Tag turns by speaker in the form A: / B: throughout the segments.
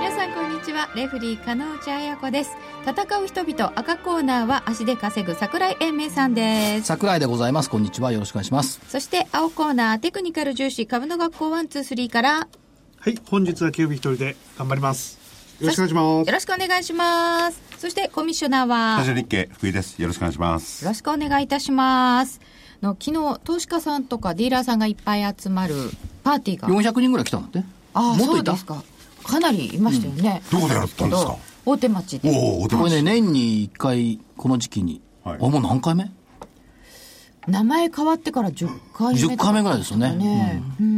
A: 皆さんこんにちはレフリー金内彩子です戦う人々赤コーナーは足で稼ぐ桜井英明さんです
B: 桜井でございますこんにちはよろしくお願いします
A: そして青コーナーテクニカル重視株の学校123から
C: はい、本日はキュービー一人で頑張ります。よろしくお願いします。
A: よろしくお願いしますそしてコミッショナーは
D: ラジオ日経福井です。よろしくお願いします。
A: よろしくお願いいたしますあの昨日投資家さんとかディーラーさんがいっぱい集まるパーティーが
B: 400人ぐらい来たんだって
A: あ
B: も
A: あ
B: っと
A: そ
B: いうた
A: ですかかなりいましたよね、
D: うんどこでやったんですか
A: 大手町で
D: おお、お手
B: これね
D: ね。
B: 年に1回この時期に、
D: はい
B: あもう何回目
A: 名前変わってから10回目
B: 10回目ぐらいですよね
A: ね、うん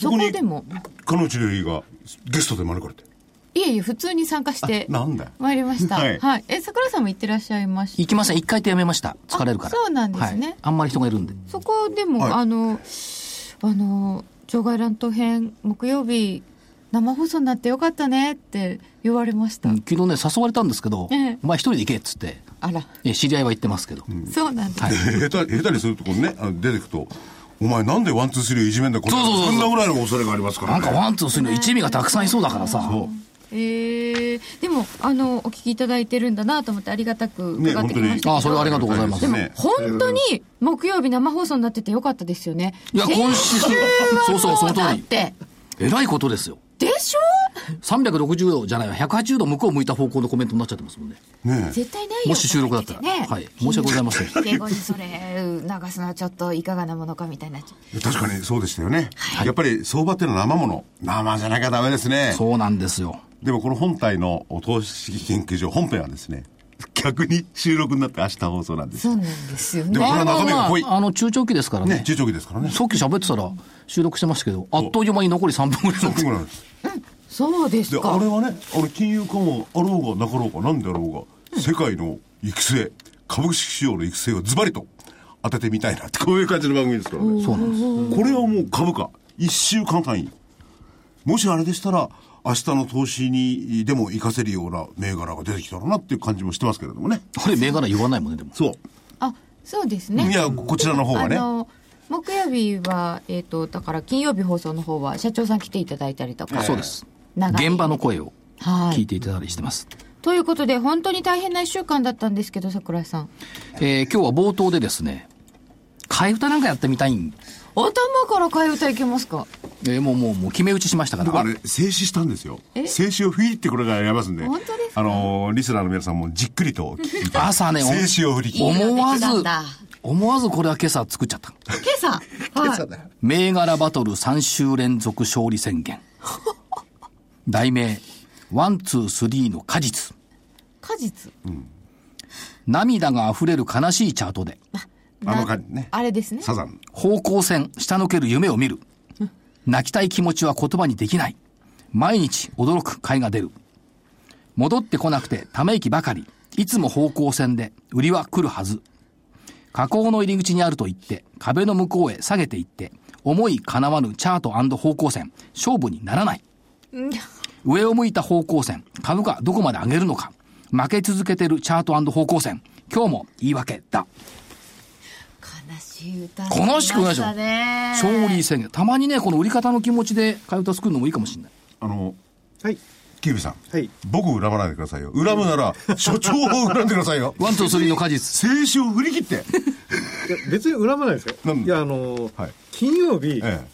A: そこ
D: に
A: でも
D: 彼女の家がゲストで招かれて。
A: いえいえ普通に参加して
D: あなんだ
A: 参りましたは、
D: はいい
A: え桜井さんも行ってらっしゃいまし
B: 行きません1回ってやめました疲れるから
A: あそうなんですね
B: はいあんまり人がいるんで
A: そこでも、
D: はい
A: あのあの場外乱闘編木曜日生放送になってよかったねって言われました、
B: うん昨日ね誘われたんですけど、
A: ええ
B: お前一人で行けっつって
A: あら
B: え知り合いは行ってますけど、
A: そうなんです、
D: 下手、下手にするとこうね、あの出てくと、お前なんでワンツースリーをいじめんだこんな
B: そうそうそうそう
D: こんなぐらいの恐れがありますか
B: な
D: ら
B: ん
D: ね。
B: かワンツースリーの一味がたくさんいそうだからさ、
A: えー、でもあのお聞きいただいてるんだなと思ってありがたく伺ってきましたけど、
B: あそれはありがとうございます
A: でも
D: ね
A: 本当に木曜日生放送になっててよかったですよね
B: いや
A: 先
B: 今週そうそうその
A: 週だ
B: 通
A: っ
B: り
A: て
B: えらいことですよ
A: でしょ
B: 360度じゃないわ180度向こう向いた方向のコメントになっちゃってますもんね
D: ね
A: 絶対ないよ
B: もし収録だったら、
A: これね
B: はい申し訳ございません
A: 敬語にそれ流すのはちょっといかがなものかみたいになっちゃう
D: え確かにそうでしたよね。やっぱり相場っていうのは生もの。生じゃなきゃダメですね。
B: そうなんですよ
D: でもこの本体の投資式研究所本編はですね、逆に収録になって明日放送なんです。
A: そうなんですよ
D: で
A: ね
D: もそれは中身が
B: まあ
D: 濃い。
B: まああの中長期ですからね
D: ね、中長期ですからね。
B: さっき喋ってたら収録してましたけどあっという間に残り3分ぐらいなんです
D: ぐらいです。
A: そうです
D: で
A: か
D: あれはねあの金融緩和あろうがなかろうがなんであろうが、世界の行く末株式市場の行く末をズバリと当ててみたいな ってこういう感じの番組ですからね
B: そうなんです
D: これはもう株価1週間単位もしあれでしたら明日の投資にでも活かせるような銘柄が出てきたらなっていう感じもしてますけれどもね
B: あれ銘柄言わないもんねでも
D: そ
A: あそうです
D: う
A: ね
D: いやこちらの方
A: あ
D: はね
A: の木曜日はえっ、とだから金曜日放送の方は社長さん来ていただいたりとか、
B: そうです
A: 長い
B: 現場の声を
A: はい
B: 聞いていただいたりしてます、
A: ということで本当に大変な1週間だったんですけど桜井さん
B: えー今日は冒頭でですね替え歌なんかやってみたいん、
A: 頭から替え歌いけますか
B: えーもうもうもう決め打ちしましたから
D: 僕あれ静止したんですよ静
A: え
D: 止をフィーってこれからやりますんで
A: 本当ですか
D: あのーリスナーの皆さんもじっくりと聞いて
B: あ朝ねお
D: 静止を振り切って
B: 思わず
A: いいのできたんだ
B: 思わずこれは今朝作っちゃった
A: 今朝はい
B: 銘柄バトル3週連続勝利宣 言題名ワンツースリーの果実
A: 果実
B: 涙が溢れる悲しいチャートで
D: あの感じね
A: あれですね
D: サザン
B: 方向線下抜ける夢を見る泣きたい気持ちは言葉にできない毎日驚く買いが出る戻ってこなくてため息ばかりいつも方向線で売りは来るはず河口の入り口にあると言って壁の向こうへ下げていって思いかなわぬチャート方向線勝負にならない上を向いた方向線株価どこまで上げるのか負け続けてるチャート方向線今日も言い訳だ
A: 悲しい歌
B: 悲しくないでしょ
A: になったね
B: 勝利宣言たまにねこの売り方の気持ちで替え歌作るのもいいかもしれない
D: あの
C: はい。
D: キービさん、
C: はい
D: 僕を恨まないでくださいよ恨むなら所長を恨んでくださいよ
B: ワンツースリーの果実
D: 静止を振り切って、
C: いや、別に恨まないですよ。
D: なんで
C: いや、あのー
D: はい
C: 金曜日、
D: え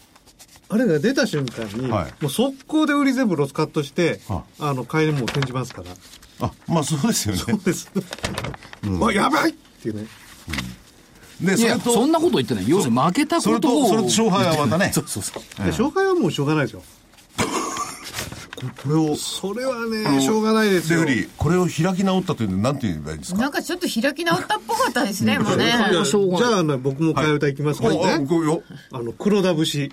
C: あれが出た瞬間に、
D: はい
C: もう速攻で売り全部ロスカットして、
D: は
C: あの、買いにもう転じますから。そ
D: え、あまあそうですよね
C: うです。 あ、やばいっていうね。
D: で
B: い
D: それ
B: や
D: と
B: そんなこと言ってない要するに負けた
D: そ
B: こ
D: れ
B: と
D: と
B: を
D: それと勝敗はまたね
B: そうそうそう
C: で勝敗はもうしょうがないですよ。
D: これを
C: それは
D: あの
C: ね、しょうがないですよ。
D: レフリーこれを開き直ったというのはなんて言えばいいんですか
A: なんかちょっと開き直ったっぽかったですね、もうね。
C: いや
B: しょうがない
C: じゃあ、あの僕も替え歌いきますからね。
D: おおこうよ
C: あの、黒田節。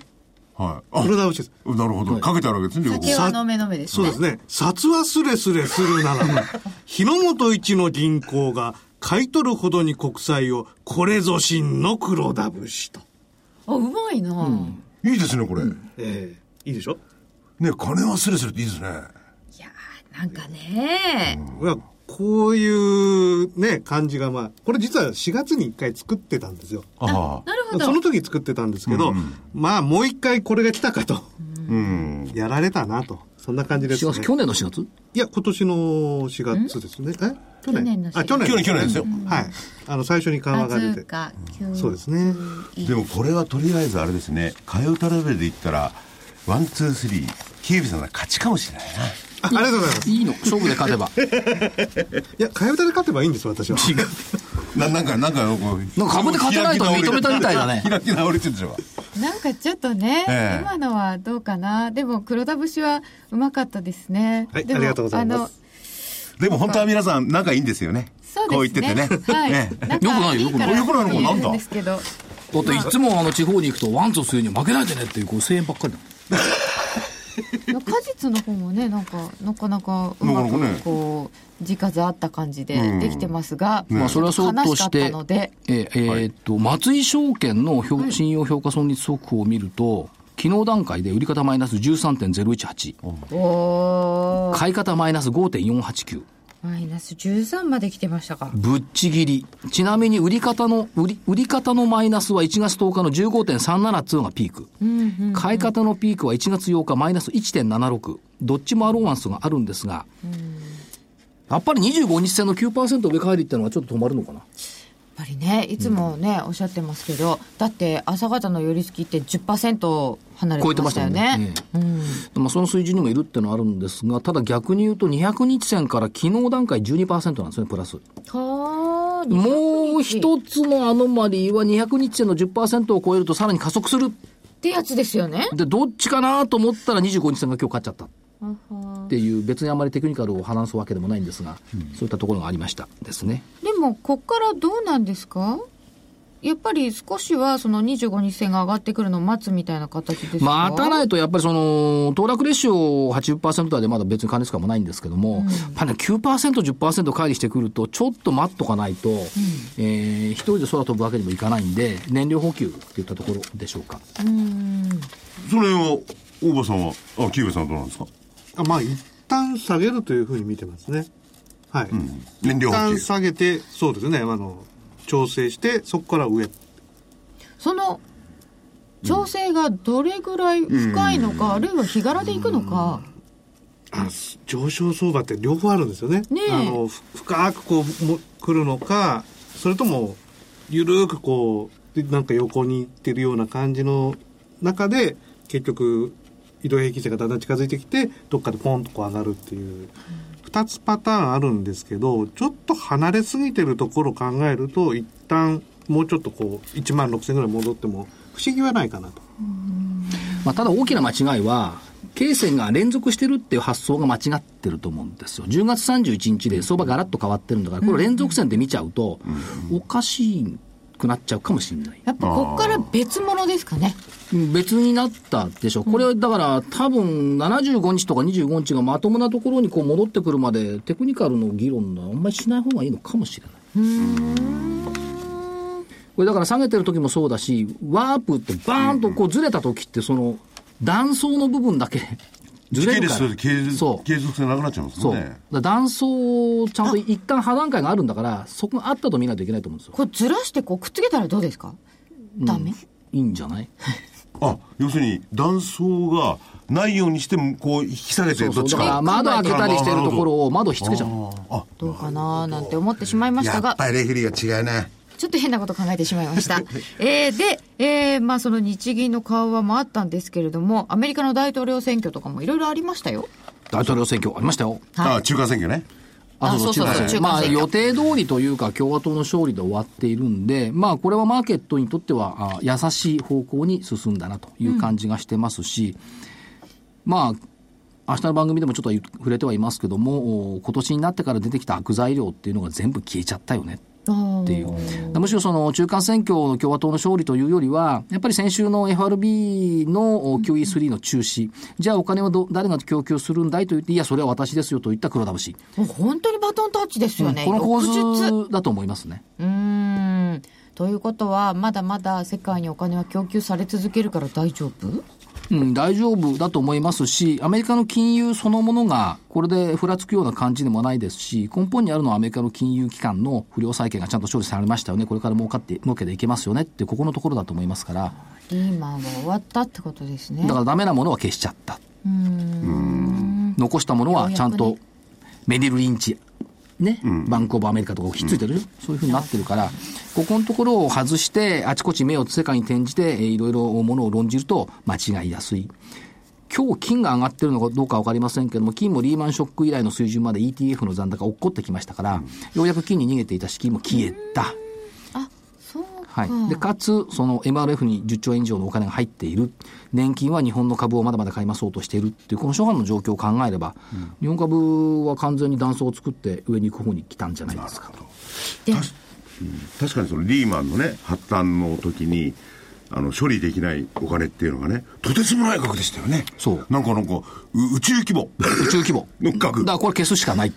D: はい。
C: これ
D: あ、
C: 大事です。
D: なるほど。かけてあるわけですね、両
A: 酒
D: 方。
A: は飲め飲めです
C: そう
A: ね
C: ですね。札はスレスレするならば、日の本一の銀行が買い取るほどに国債を、これぞ真の黒田節と。
A: あうまいな、
D: いいですね、これ。ね、
C: ええいいでしょ
D: 金はスレスレっていいです
A: い
D: ね。
A: やーなんかね
C: これはこういうね、感じがまあ、これ実は4月に1回作ってたんですよ。
D: ああ。
A: なるほど
C: その時作ってたんですけど、まあもう一回これが来たかと。
D: うん。
C: やられたなと。そんな感じです
B: 4
C: ね。
B: 月去年の4月
C: いや、今年の4月ですね。え
A: 去
C: 去
A: 年の4月
C: あ、去年。
D: 去年去年ですよ
C: はい。あの、最初に緩和
A: あ
C: が出
A: ず
C: て。
A: か急
C: そうですね。
D: でもこれはとりあえずあれですね、替え歌レベルで言ったら、ワン、ツー、スリー、警備さんが勝ちかもしれないな。
C: あありがとうございます。
B: いいの勝負で勝て ば
C: いや、替え歌で勝てばいいんです、私は。
B: 違う
D: ななんか、なんか、こう
B: なんか株で勝てないと認めたみたいだね
D: 開き直れてるでしょ。
A: なんかちょっとね、
D: ええ
A: 今のはどうかなでも黒田節はうまかったですね、
C: はい
A: でも
C: ありがとうございます
A: あの
D: でも本当は皆さん仲いいんですよね。
A: そうですね
D: こう言っててね。
A: はい、
D: ね
A: なんかいいから
D: よくないよくない
A: 言える
D: なんだ
A: ですけど
B: だっていつもあの地方に行くとワンツースリーに負けないでねっていうこう声援ばっかりだ
A: 果実の方もねなんかなかなかうま
D: なかなかね
A: くこう字数あった感じでできてますが、
B: まあそれはそうとし
A: 悲か
B: て
A: ったので、
B: えーえーっと、松井証券の評信用評価損率速報を見ると、昨日段階で売り方マイナス13.018、
A: おー
B: 買い方マイナス5.489、
A: マイナス13まで来てましたか
B: ぶっちぎり。ちなみに売り方の、売り、売り方のマイナスは1月10日の15.37っていうのがピーク。買い方のピークは1月8日マイナス1.76。どっちもアローマンスがあるんですが、やっぱり25日線の9%上返りってのはちょっと止まるのかな。
A: やっぱりねいつもね、おっしゃってますけどだって朝方の寄り付きって10%離れ
B: 超え
A: て
B: て
A: ま
B: ま
A: し
B: したた
A: よ
B: よ
A: ね
B: ねまあ、その水準にもいるってのはあるんですが、ただ逆に言うと200日線から昨日段階12%なんですよね、プラス。
A: はー
B: もう一つのアノマリーは200日線の10%を超えるとさらに加速する。
A: ってやつですよね
B: で、どっちかなと思ったら25日線が今日勝っちゃった。っていう、別にあまりテクニカルを話すわけでもないんですが、そういったところがありましたですね。
A: でもこっからどうなんですかやっぱり少しはその25日線が上がってくるのを待つみたいな形ですか
B: またないと、やっぱりその、騰落レシオ80%台でまだ別に加熱感もないんですけども、やっぱりね、9%、10%乖離してくると、ちょっと待っとかないと、えー一人で空飛ぶわけにもいかないんで、燃料補給っていったところでしょうか。
D: その辺は、大場さんは、あ、キーベさんはどうなんですか
C: あまあ、一旦下げるというふうに見てますね。はい。
D: 燃料
C: 一
D: 補
C: 旦
D: 給。
C: 下げて、そうですね。あの、調整して、そこから上。
A: その調整がどれぐらい深いのか、あるいは日柄でいくのか、
C: あす 上昇相場って両方あるんですよね。
A: ねえ
C: あの、ふ深くこう、も来るのか、それとも、ゆるーくこう、でなんか横に行ってるような感じの中で、結局、移動平均線がだんだん近づいてきて、どっかでポンとこう上がるっていう、二つパターンあるんですけど、ちょっと離れすぎてるところを考えると、一旦、もうちょっとこう、1万6000ぐらい戻っても、不思議はないかなと。
B: まあ、ただ大きな間違いは、経線が連続してるっていう発想が間違ってると思うんですよ。10月31日で相場がガラッと変わってるんだから、これ連続線で見ちゃうと、おかしくなっちゃうかもしれない。
A: やっぱこっから別物ですかね
B: 別になったでしょ、これ、だから多分75日とか25日がまともなところにこう戻ってくるまで、テクニカルの議論はあんまりしない方がいいのかもしれない。これだから下げてる時もそうだし、ワープってバーンとこうずれた時って、その断層の部分 だけずれ
D: 時系
B: るか
D: 列
B: ら
D: で。継
B: そ
D: 続
B: う
D: 継続性なくなっちゃいます
B: そ
D: も
B: う。
D: ん
B: だ
D: ね
B: か。ら断層をちゃんと一旦破段階があるんだから、そこがあったと見ないといけないと思うんですよ。
A: これずらしてこうくっつけたらどうですか、ダメ
B: いいんじゃない
D: あ、要するに、断層がないようにして、こう、引き下げて、
B: そう
D: ど
B: そ
D: っ
B: う。
D: ち
B: だから
D: か。
B: 窓開けたりしてるところを窓ひっつけちゃう。
D: あ、
A: どうかなーなんて思ってしまいました
D: やっ
A: が
D: ぱりレフェリーが違うな。
A: ちょっと変なこと考えてしまいま した。えーで、えーまあその日銀の緩和もあったんですけれども、アメリカの大統領選挙とかもいろいろありましたよ。
B: 大統領選挙ありましたよ。
A: はい
D: あ、中間選挙ね。
A: あそうそ
B: 中間
A: うそ
B: 選
A: う
B: 挙
A: 中間
B: まあ
A: 選挙
B: 予定通りというか共和党の勝利で終わっているんで、まあこれはマーケットにとってはあ優しい方向に進んだなという感じがしてますし、まあ明日の番組でもちょっと言う触れてはいますけども、お今年になってから出てきた悪材料っていうのが全部消えちゃったよねっっていう。むしろその中間選挙の共和党の勝利というよりは、やっぱり先週の FRB の QE3 の中止、じゃあお金をど誰が供給するんだいと言って、いや、それは私ですよと言った黒田節。
A: もう本当にバトンタッチですよね。
B: この構
A: 翌日
B: 図だと思いますね。
A: うーんということはまだまだ世界にお金は供給され続けるから大丈夫
B: うん、大丈夫だと思いますし、アメリカの金融そのものが、これでふらつくような感じでもないですし、根本にあるのはアメリカの金融機関の不良債権がちゃんと処理されましたよね、これから儲かって、儲けていけますよねって、ここのところだと思いますから、
A: リーマンは終わったってことですね
B: だからダメなものは消しちゃった。残したものはちゃん
A: よう
B: と
A: やく
B: メディル・リンチ、ね、バンク・オブ・アメリカとかひっついてるでしょ、そういうふうになってるから、ここのところを外して、あちこち目を世界に転じて、えーいろいろものを論じると間違いやすい。今日金が上がってるのかどうかわかりませんけども、金もリーマンショック以来の水準まで ETF の残高落っこってきましたから、ようやく金に逃げていた資金も消えた。
A: あそうか、
B: はい、でかつ、その MRF に10兆円以上のお金が入っている、年金は日本の株をまだまだ買い増そうとしているっていう、この諸般の状況を考えれば、日本株は完全に断層を作って、上に行く方に来たんじゃないですか。
A: で
D: 確確かにそのリーマンのね発端の時にあの処理できないお金っていうのがねとてつもない額でしたよね
B: そう
D: なんかなんかう宇宙規模
B: 宇宙規模
D: の額
B: だからこれ消すしかない。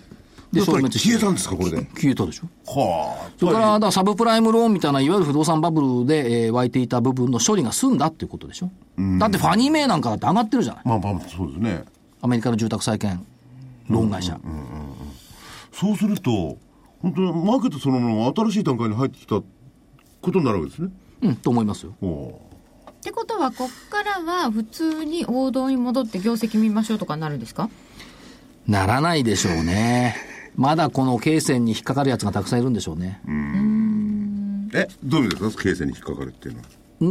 D: やっぱり消え
B: る
D: たんですかこれで
B: 消えたでしょ。
D: はあ
B: それから、だからサブプライムローンみたいな、いわゆる不動産バブルで、えー湧いていた部分の処理が済んだっていうことでしょ。だってファニーメイなんかだって上がってるじゃない。
D: まあまあそうですね
B: アメリカの住宅債券、ローン会社。
D: そうすると本当にマーケットそのものが新しい段階に入ってきたことになるわけですね
B: うん、と思いますよ。
D: は
A: ってことはこっからは普通に王道に戻って業績見ましょうとかになるんですか
B: ならないでしょうね。まだこの経線に引っかかるやつがたくさんいるんでしょうね。
D: あえどういう意味ですか形成に引っかかるっていうの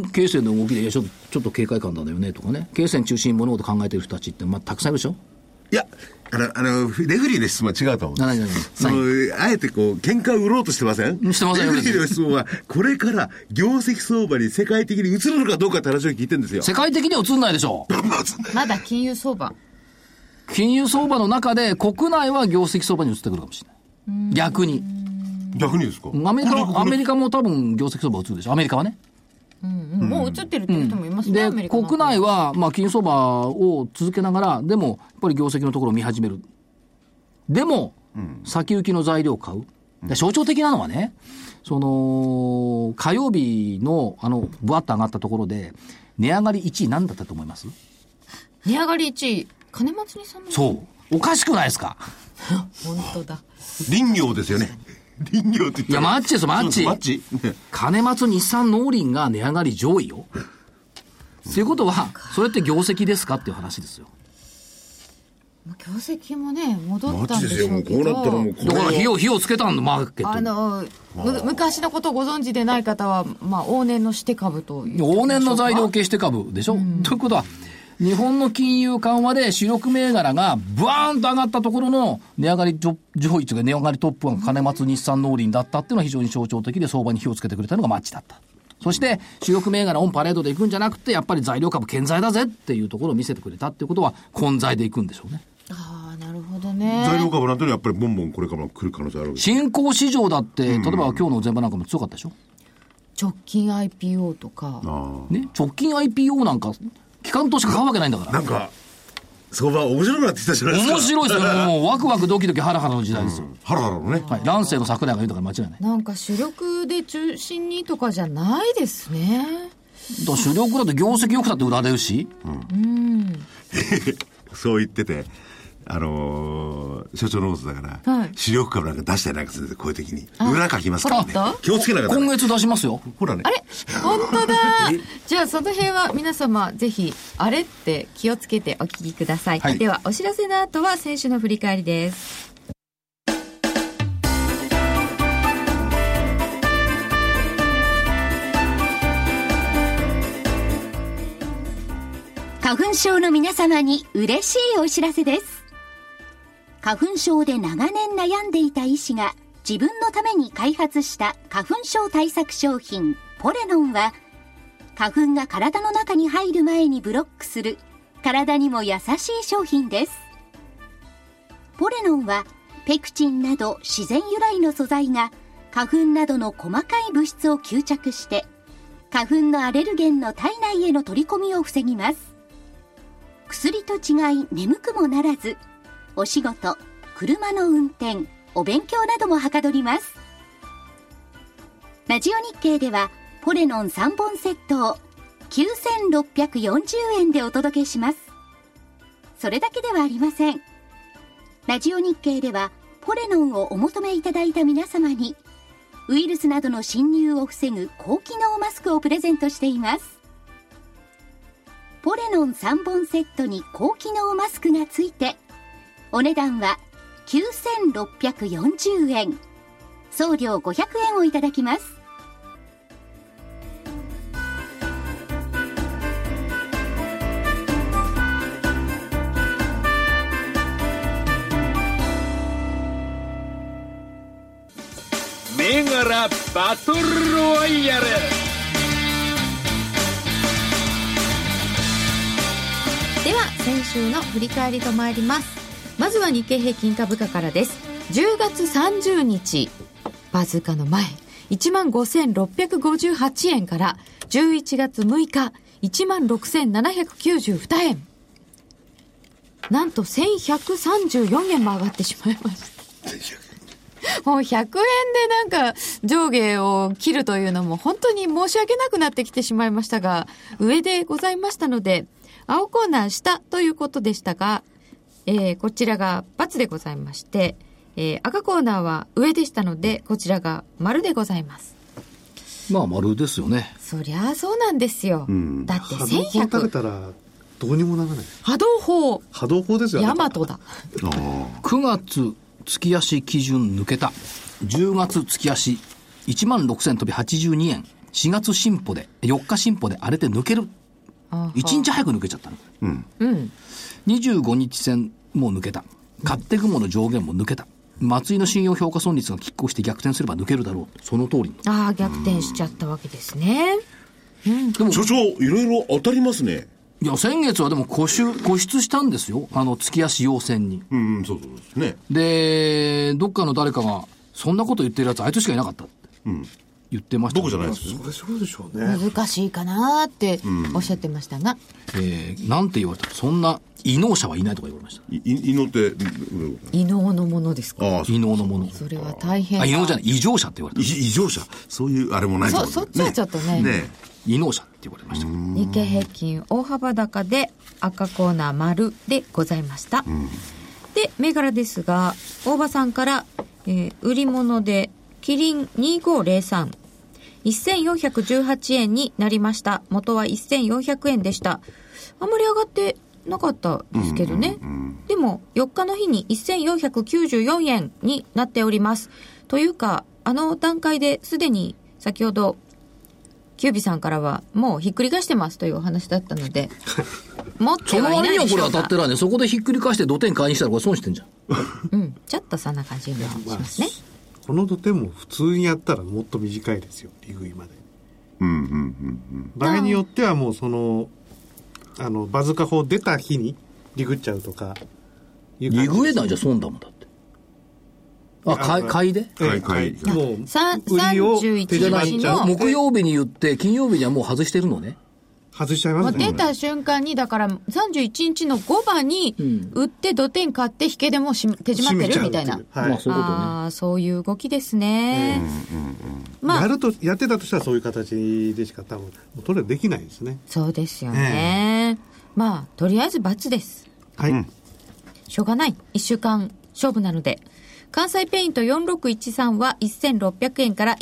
D: は
B: ん経線の動きでいやちょっと、ちょっと警戒感なんだよねとかね。経線中心に物事考えてる人たちって、まあ、たくさんいるでしょ
D: いやあのあのレフリーの質問は違うと思う
B: なないないない
D: その
B: な
D: あえてこう喧嘩を売ろうとしてません
B: してませんよ
D: レフリーの質問はこれから業績相場に世界的に移るのかどうかって話を聞いてるんですよ
B: 世界的には映んないでしょう。
A: まだ金融相場
B: 金融相場の中で国内は業績相場に移ってくるかもしれない。逆に。
D: 逆にですか
B: アメリカ、アメリカも多分業績相場移るでしょ。アメリカはね。
A: うんもう映ってるって人もいますね、
B: で
A: アメリ、カなんか
B: 国内は、まあ、金融相場を続けながら、でも、やっぱり業績のところを見始める。でも、先行きの材料を買う。で象徴的なのはね、その、火曜日の、あの、ぶわっと上がったところで、値上がり1位何だったと思います
A: 値上がり1位金松にさんの
B: そう。おかしくないですか
A: 本当だ
D: 林業ですよね林業って言ったら
B: いやマッチですよマッチ
D: そうですマッチ
B: 金松日産農林が値上がり上位よ。ということは、それって業績ですかっていう話ですよ。
A: もう業績もね戻
D: マ
A: った
D: ッ
A: ん
D: チ
A: で
D: ですよ
A: しょ
D: も
A: う
D: う
A: け
D: こ
A: ど
D: うなったらもうこ
B: だ
D: れ
B: か
D: は
B: ら火を、火をつけたんだ、マーケットに
A: あのむ昔のことをご存知でない方は、まあ、往年のして株という
B: 往年の材料消して株でしょ、ということは、日本の金融緩和で主力銘柄がブワーンと上がったところの値上がり上上位というか値上がりトップは金松日産農林だったっていうのは非常に象徴的で相場に火をつけてくれたのがマッチだった。そして主力銘柄オンパレードで行くんじゃなくてやっぱり材料株健在だぜっていうところを見せてくれたっていうことは混在で行くんでしょうね。
A: ああなるほどね
D: 材料株なんてのはやっぱりボンボンこれからも来る可能性あるわけです
B: 新興市場だって例えば今日の前場なんかも強かったでしょ、
A: 直近 IPO とか
B: ね、直近 IPO なんか機関投資家買うわけないんだから。
D: なんか相場面白くなってきたじゃないですか
B: 面白いですよ。もうワクワクドキドキハラハラの時代ですよ。
D: ハラハラのね
B: はい、乱世の桜井が言うとから間違いない。
A: なんか主力で中心にとかじゃないですね
B: だから主力だと業績良くたって売られるし、
D: そう言ってて、あのー所長のオズだから、
A: はい
D: 主力株なんか出したりなんかするんですよ、こういう時に。裏書きますからね
A: ほら。
D: 気をつけなかった
B: 今月出しますよ。
D: ほらね。
A: あれ本当だじゃあその辺は皆様ぜひあれって気をつけてお聞きください、
B: はい
A: ではお知らせの後は選手の振り返りです
E: 花粉症の皆様に嬉しいお知らせです。花粉症で長年悩んでいた医師が自分のために開発した花粉症対策商品ポレノンは花粉が体の中に入る前にブロックする体にも優しい商品です。ポレノンはペクチンなど自然由来の素材が花粉などの細かい物質を吸着して花粉のアレルゲンの体内への取り込みを防ぎます薬と違い眠くもならずお仕事車の運転お勉強などもはかどりますラジオ日経ではポレノン3本セットを9640円でお届けしますそれだけではありませんラジオ日経ではポレノンをお求めいただいた皆様にウイルスなどの侵入を防ぐ高機能マスクをプレゼントしていますポレノン3本セットに高機能マスクがついてお値段は9640円送料500円をいただきます
F: 銘柄バトルロワイヤル
A: では先週の振り返りと参りますまずは日経平均株価からです10月30日バズーカの前1万5658円から11月6日1万6792円なんと1134円も上がってしまいましたもう100円でなんか上下を切るというのも本当に申し訳なくなってきてしまいましたが上でございましたので青コーナー下ということでしたが、えーこちらが×でございまして、えー赤コーナーは上でしたので、こちらが丸でございます。
B: まあ、丸ですよね。
A: そりゃあそうなんですよ。
D: ん
A: だって
C: 波動砲食べ
A: 1100。
C: たらどうにもならない
A: 波動砲、
C: 波動砲ですよ
A: ヤマトだ。
B: 9月月足基準抜けた。10月月足1万6000飛び82円。4月進歩で、4日進歩で荒れて抜ける。
A: あー
B: 1日早く抜けちゃったの。
A: うん。
B: 25日線も抜けた。勝手雲の上限も抜けた。松井の信用評価損率が拮抗して逆転すれば抜けるだろう。その通りに。
A: ああ、逆転しちゃったわけですね。
D: 所長いろいろ当たりますね
B: いや、先月はでも固執、固執したんですよ。あの、月足要線に。
D: うんうんそうそうですね
B: で、どっかの誰かが、そんなこと言ってるやつあいつしかいなかったって。言ってました、
D: 僕じゃないですよ
C: それそうでしょうね
A: 難しいかなーっておっしゃってましたが。
B: えー、なんて言われたそんな異能者はいないとか言われました。
D: いい祈ってうん
A: 異能のものですか
D: ああそう
B: 異能のもの。
A: それは大変
B: あ、
A: な。
B: 異能じゃない、異常者って言われ
D: い
B: た。
D: 異常者そういうあれもない
A: そ
D: と
A: そっちはちょっとね
D: ね
B: 異能者って言われました。
A: 日経平均大幅高で赤コーナー丸でございました、で銘柄ですが大場さんから、えー売り物でキリン2503 1418円になりました元は1400円でしたあんまり上がってなかったですけどね、でも4日の日に1494円になっておりますというかあの段階ですでに先ほどキュービさんからは、もうひっくり返してますというお話だった ので、持って
B: その
A: はいな
B: 割に
A: い
B: は
A: で
B: こ
A: し
B: れ
A: ょ
B: 当た
A: うか
B: って。ないね。そこでひっくり返して土点買いにしたらこれ損してんじゃん。
A: うん、ちょっとそんな感じがしますね。
C: この土手も普通にやったらもっと短いですよ利食いまで
D: うんうんうん
C: 場合によってはもうそのあのバズカ砲出た日にリグっちゃうとかいう感
B: リ
C: じ
B: グエダーじゃ損だもんだって。あ、買い、買いで
C: ええ
D: 買い
C: 買いもう
A: さん
C: 売りを
A: 31
C: 手締まっちゃう
A: の
B: 木曜日に言って、金曜日にはもう外してるのね。
C: 外しちゃい
A: も
C: ま
A: う
C: すね
A: 出た瞬間に、だから31日の5番に、売って土点買って引けでもうし手締まってるみたいな。
C: はい
B: まあそういうことね。
A: ああ、そういう動きですね。ま
C: や
A: あ、
C: るとやってたとしたらそういう形でしか多分もうそれはできないですね
A: そうですよね。まあ、とりあえず罰です。
C: はい、
A: しょうがない。1週間勝負なので。関西ペイント4613は1600円から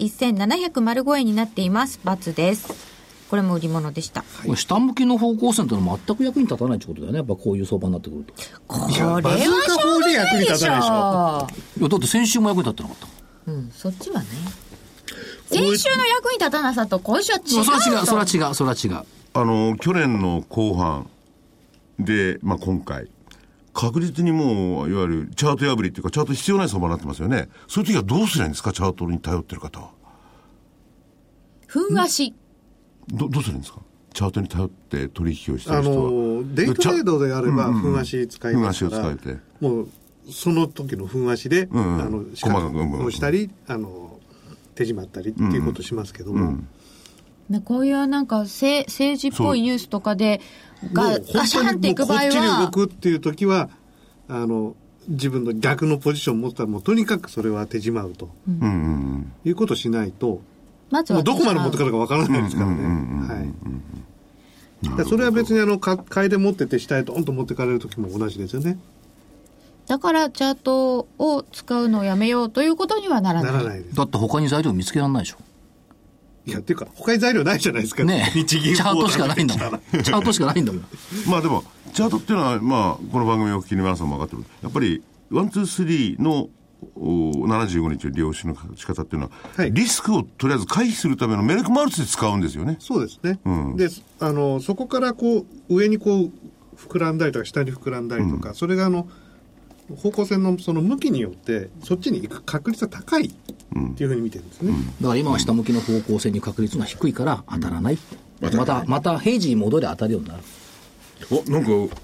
A: 1705円になっています。×です。これも売り物でした。
B: これ下向きの方向線ってのは全く役に立たないってことだよね。やっぱこういう相場になってくると。
A: こ
C: い
A: れ
C: や
A: は
C: バズーカ砲で役に立たないでしょ
B: いや、だって先週も役に立ってなかった。
A: うん、そっちはね。先週の役に立たなさと今週は違
B: まあ
A: う
B: それは違う、
A: と
B: それは違う、それは違う。
D: あの去年の後半で、まあ、今回確実にもういわゆるチャート破りっていうかチャート必要ない相場になってますよねそういう時はどうすりゃいいんですかチャートに頼ってる方は
A: ふんわし。
D: どどうするんですかチャートに頼って取引をして
C: あ
D: る人は
C: のデイトレードであれば
D: うんうん
C: ふんわし使いますから、
D: ふんわしを使えて
C: もうその時のふんわしで、
D: んうん
C: あの
D: 細
C: 仕掛
D: かくうんうん
C: けをしたりあの手締まったりっていうことしますけども、
A: ね、こういうなんかせ政治っぽいニュースとかで
C: も
A: が
C: う本
A: ガシ
C: 当
A: ャンってい
C: にも
A: く
C: うこ
A: 場合
C: っちに動
A: は
C: くっていう時はあの自分の逆のポジションを持ったらもうとにかくそれは手締まうと、いうことをしないと
A: まず
C: も
A: は
C: うどこまで持ってか
A: る
C: るかわからないですからね。はい。だからそれは別にあの、か、買いで持ってて、下へドンと持ってかれる時も同じですよね。
A: だからチャートを使うのをやめようということにはならな
C: ないらないです。
B: だって他に材料見つけられないでしょ。
C: いや、っていうか、他に材料ないじゃないですか。
B: ねえ。
C: 日銀
B: チャートしかないんだもん。チャートしかないんだもん。
D: まあでも、チャートっていうのは、まあ、この番組をお聞きの皆さんも分かってる。やっぱり、ワン、ツー、スリーの、お75日を利用しの仕方っていうのは、
C: はい
D: リスクをとりあえず回避するためのメルクマルチで使うんですよね。
C: そうですね。で、あの、そこからこう、上にこう、膨らんだりとか、下に膨らんだりとか、それがあの、方向線のその向きによって、そっちに行く確率が高いっていうふうに見てるんですね。
B: だから今は下向きの方向性に確率が低いから当たらない。また、また平時に戻りゃ当たるようになる。
D: お、なんか、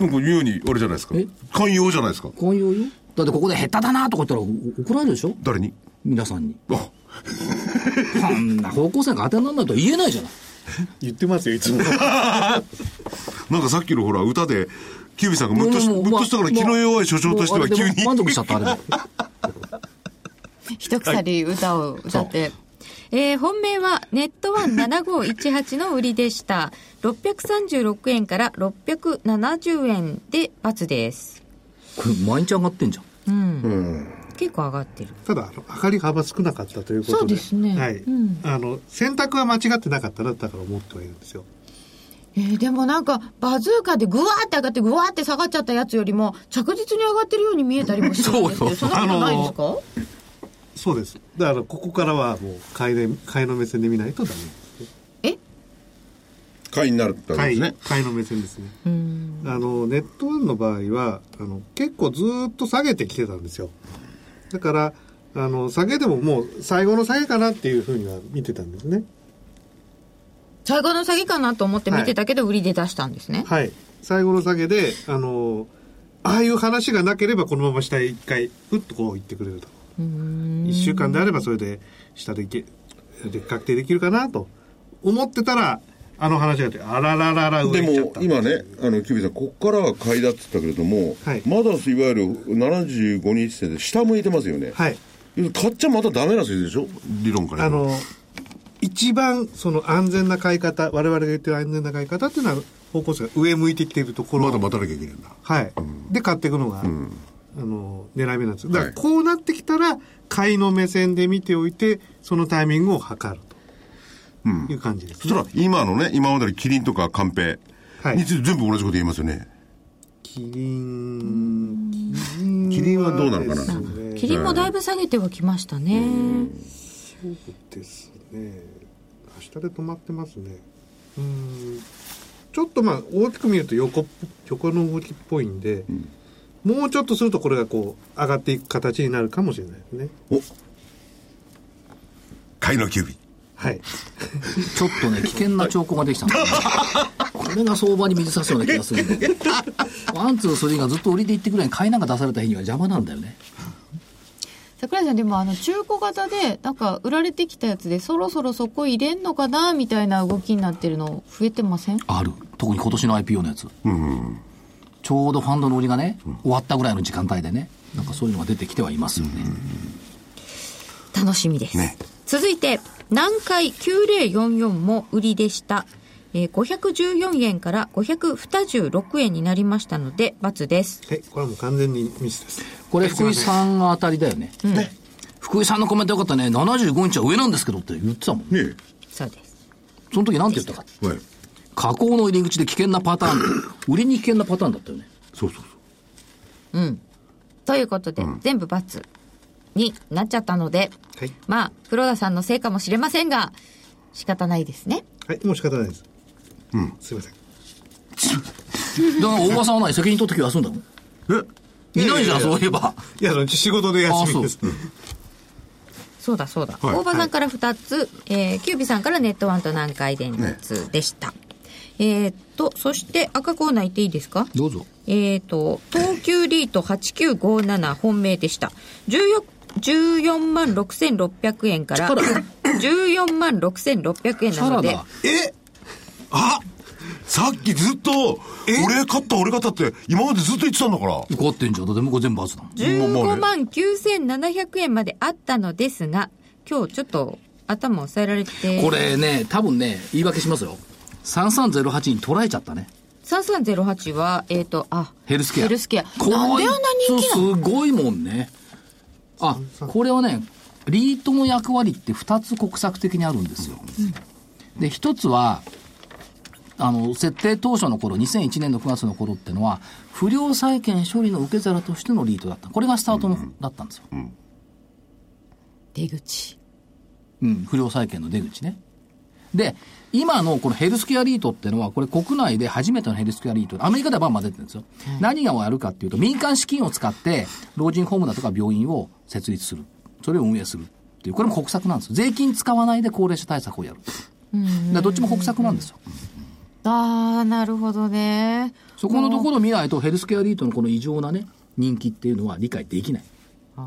D: なんか言うに、あれじゃないですか
B: え
D: 寛容じゃないですか。
B: こういうよ。だってここで下手だなとか言ったら怒られるでしょ
D: 誰に
B: 皆さんに。
D: あ、
B: こんな方向性が当てにならないと言えないじゃない。
C: 言ってますよ、いつ も。
D: なんかさっきのほら、歌で、キュービーさんがムッとし
B: もうもう
D: ムッとしたから
B: まあ
D: 気の弱い所長としては
B: もうあれ
D: 急
B: で
D: に
B: も。満足しちゃった、あれで。
A: 一鎖歌を歌って。えー本命はネットワン7518の売りでした。636円から670円で×です。
B: これ毎日上がってんじゃん。
A: 結構上がってる。
C: ただ、あの上がり幅少なかったということで。
A: そうですね
C: はい。
A: うん
C: あの、選択は間違ってなかったら、だから思ってはいるんですよ。
A: えーでもなんか、バズーカでぐわーって上がってぐわーって下がっちゃったやつよりも、着実に上がってるように見えたりもするんですけど、そ
C: そうん
A: なことないですか、
C: そうです。だから、ここからはもう、買いで、買いの目線で見ないとダメですね。
A: え
D: 会になるってわけ
C: 買
D: です
C: い
D: ね。、
C: 買いの目線ですね。
A: うん。
C: あの、ネットワンの場合は、あの、結構ずーっと下げてきてたんですよ。だから、あの、下げでももう、最後の下げかなっていうふうには見てたんですね。
A: 最後の詐欺かなと思って見てたけど、売りで出したんですね。
C: はい。最後の下げで、あの、ああいう話がなければ、このまま下へ一回、うっとこう行ってくれると。1週間であればそれで下でいけで確定できるかなと思ってたらあの話があってあらららら上
D: で
C: 行っちゃっ
D: も
C: た
D: 今ね、あのキュービーさん、ここからは買いだって言ったけれども、
C: はい
D: まだいわゆる75日線で下向いてますよね、
C: はい
D: 買っちゃまたダメな数字でしょ、理論から
C: あ
D: 言うと
C: の一番その安全な買い方我々が言ってる安全な買い方っていうのは方向性が上向いてきてるところ
D: まだ待たなきゃいけないんだ、
C: はい、で買っていくのが、あの狙い目なんですだか
D: は
C: ら
D: い
C: こうなってきたら買いの目線で見ておいてそのタイミングを測るという感じです
D: そ
C: ね、
D: したら今のね、今までのキリンとかカンペ
C: はい
D: について全部同じこと言いますよね、
C: キリンキ
D: キリンはどうなのかな
C: ですね
A: キリンもだいぶ下げてはきましたね。
C: ですね明日で止まってますねうーんちょっとまあ大きく見ると横っ横の動きっぽいんで、もうちょっとするとこれがこう上がっていく形になるかもしれないですね
D: お買いのキュービー
C: はい
B: ちょっとね、危険な兆候ができたんだ、ね、これが相場に水差すような気がするんだよ。ワン、ツー、スリーがずっと売りで言ってくれん、買いなんか出された日には邪魔なんだよね。
A: 桜井さんでもあの中古型でなんか売られてきたやつでそろそろそこ入れんのかなみたいな動きになってるの増えてません
B: ある。特に今年の IPO のやつ。ちょうどファンドの売りがね、終わったぐらいの時間帯でね、なんかそういうのが出てきてはいますよね。
A: 楽しみです、
D: ね
A: 続いて南海9044も売りでした、えー、514円から526円になりましたので×です
C: はいこれはもう完全にミスです
B: これ福井
C: ん
B: さんが当たりだよね。ね福井さんのコメントよかったね、75日は上なんですけどって言ってたもん。
D: ね
A: そうです
B: その時なんて言ったか。
D: え、はい、
B: 加工の入り口で危険なパターンで、売りに危険なパターンだったよね。
D: そうそうそう。
A: うんということで、全部×になっちゃったので、
C: はい
A: まあ黒田さんのせいかもしれませんが仕方ないですね
C: はいもう仕方ないですうんすいません
B: だから大場さんはない責任取って気がするんだもん。
C: え
B: いないじゃん、
C: いやいやいや
B: そういえば。
C: いやその仕事で休みです
B: あそう
A: そうだそうだ。
D: はい
A: 大場さんから2つ、えーキュービさんからネットワンと南海電鉄でした。えーっと、そして赤コーナー行っていいですか
B: どうぞ。
A: えーっと、東急リート8957本命でした。14 14万6600円から14万6600円
B: チ
A: な
B: ャ
A: の
B: ラ
A: で
B: だ。
C: え
D: あさっきずっと、俺勝った、俺勝ったって、今までずっと言ってたんだから。
B: 怒ってんじゃん。だって向こう全部圧だもん。
A: 15万9700円まであったのですが今日ちょっと頭押さえられて
B: これね、多分ね、言い訳しますよ。3308に捉えちゃったね。
A: 3308はえっ、とあ
B: ヘルスケア。
A: ヘルスケア
B: こいつ
A: なんであんな人気なの
B: すごいもんね。あ、これはね、リートの役割って2つ国策的にあるんですよ。で、1つは、あの、設定当初の頃、2001年の9月の頃ってのは、不良債権処理の受け皿としてのリートだった。これがスタートの、だったんですよ。
A: 出口
B: うん、不良債権の出口ね。で、今のこのヘルスケアリートってのは、これ国内で初めてのヘルスケアリート、アメリカではバンバン出てるんですよ。何がやるかっていうと、民間資金を使って、老人ホームだとか病院を設立する。それを運営する。っていう、これも国策なんですよ。税金使わないで高齢者対策をやる。だからどっちも国策なんですよ。
A: ああなるほどね
B: そこのところを見ないと、ヘルスケアリートのこの異常なね、人気っていうのは理解できない。で、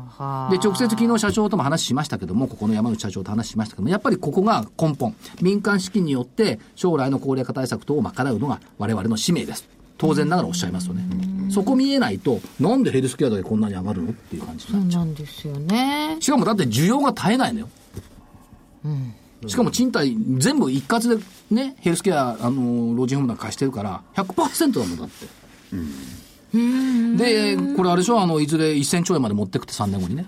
B: 直接昨日社長とも話しましたけども、ここの山口社長と話しましたけども、やっぱりここが根本。民間資金によって将来の高齢化対策等を賄うのが我々の使命です。当然ながらおっしゃいますよね。そこ見えないと、なんでヘルスケアだけこんなに上がるのっていう感じにな
A: そ
B: る
A: うなんですよね
B: しかもだって需要が絶えないのよ。しかも賃貸全部一括でね、ヘルスケア、あの、老人ホームなんか貸してるから、100%だもんだって。で、これあれでしょあの、いずれ1000兆円まで持ってくって3年後にね、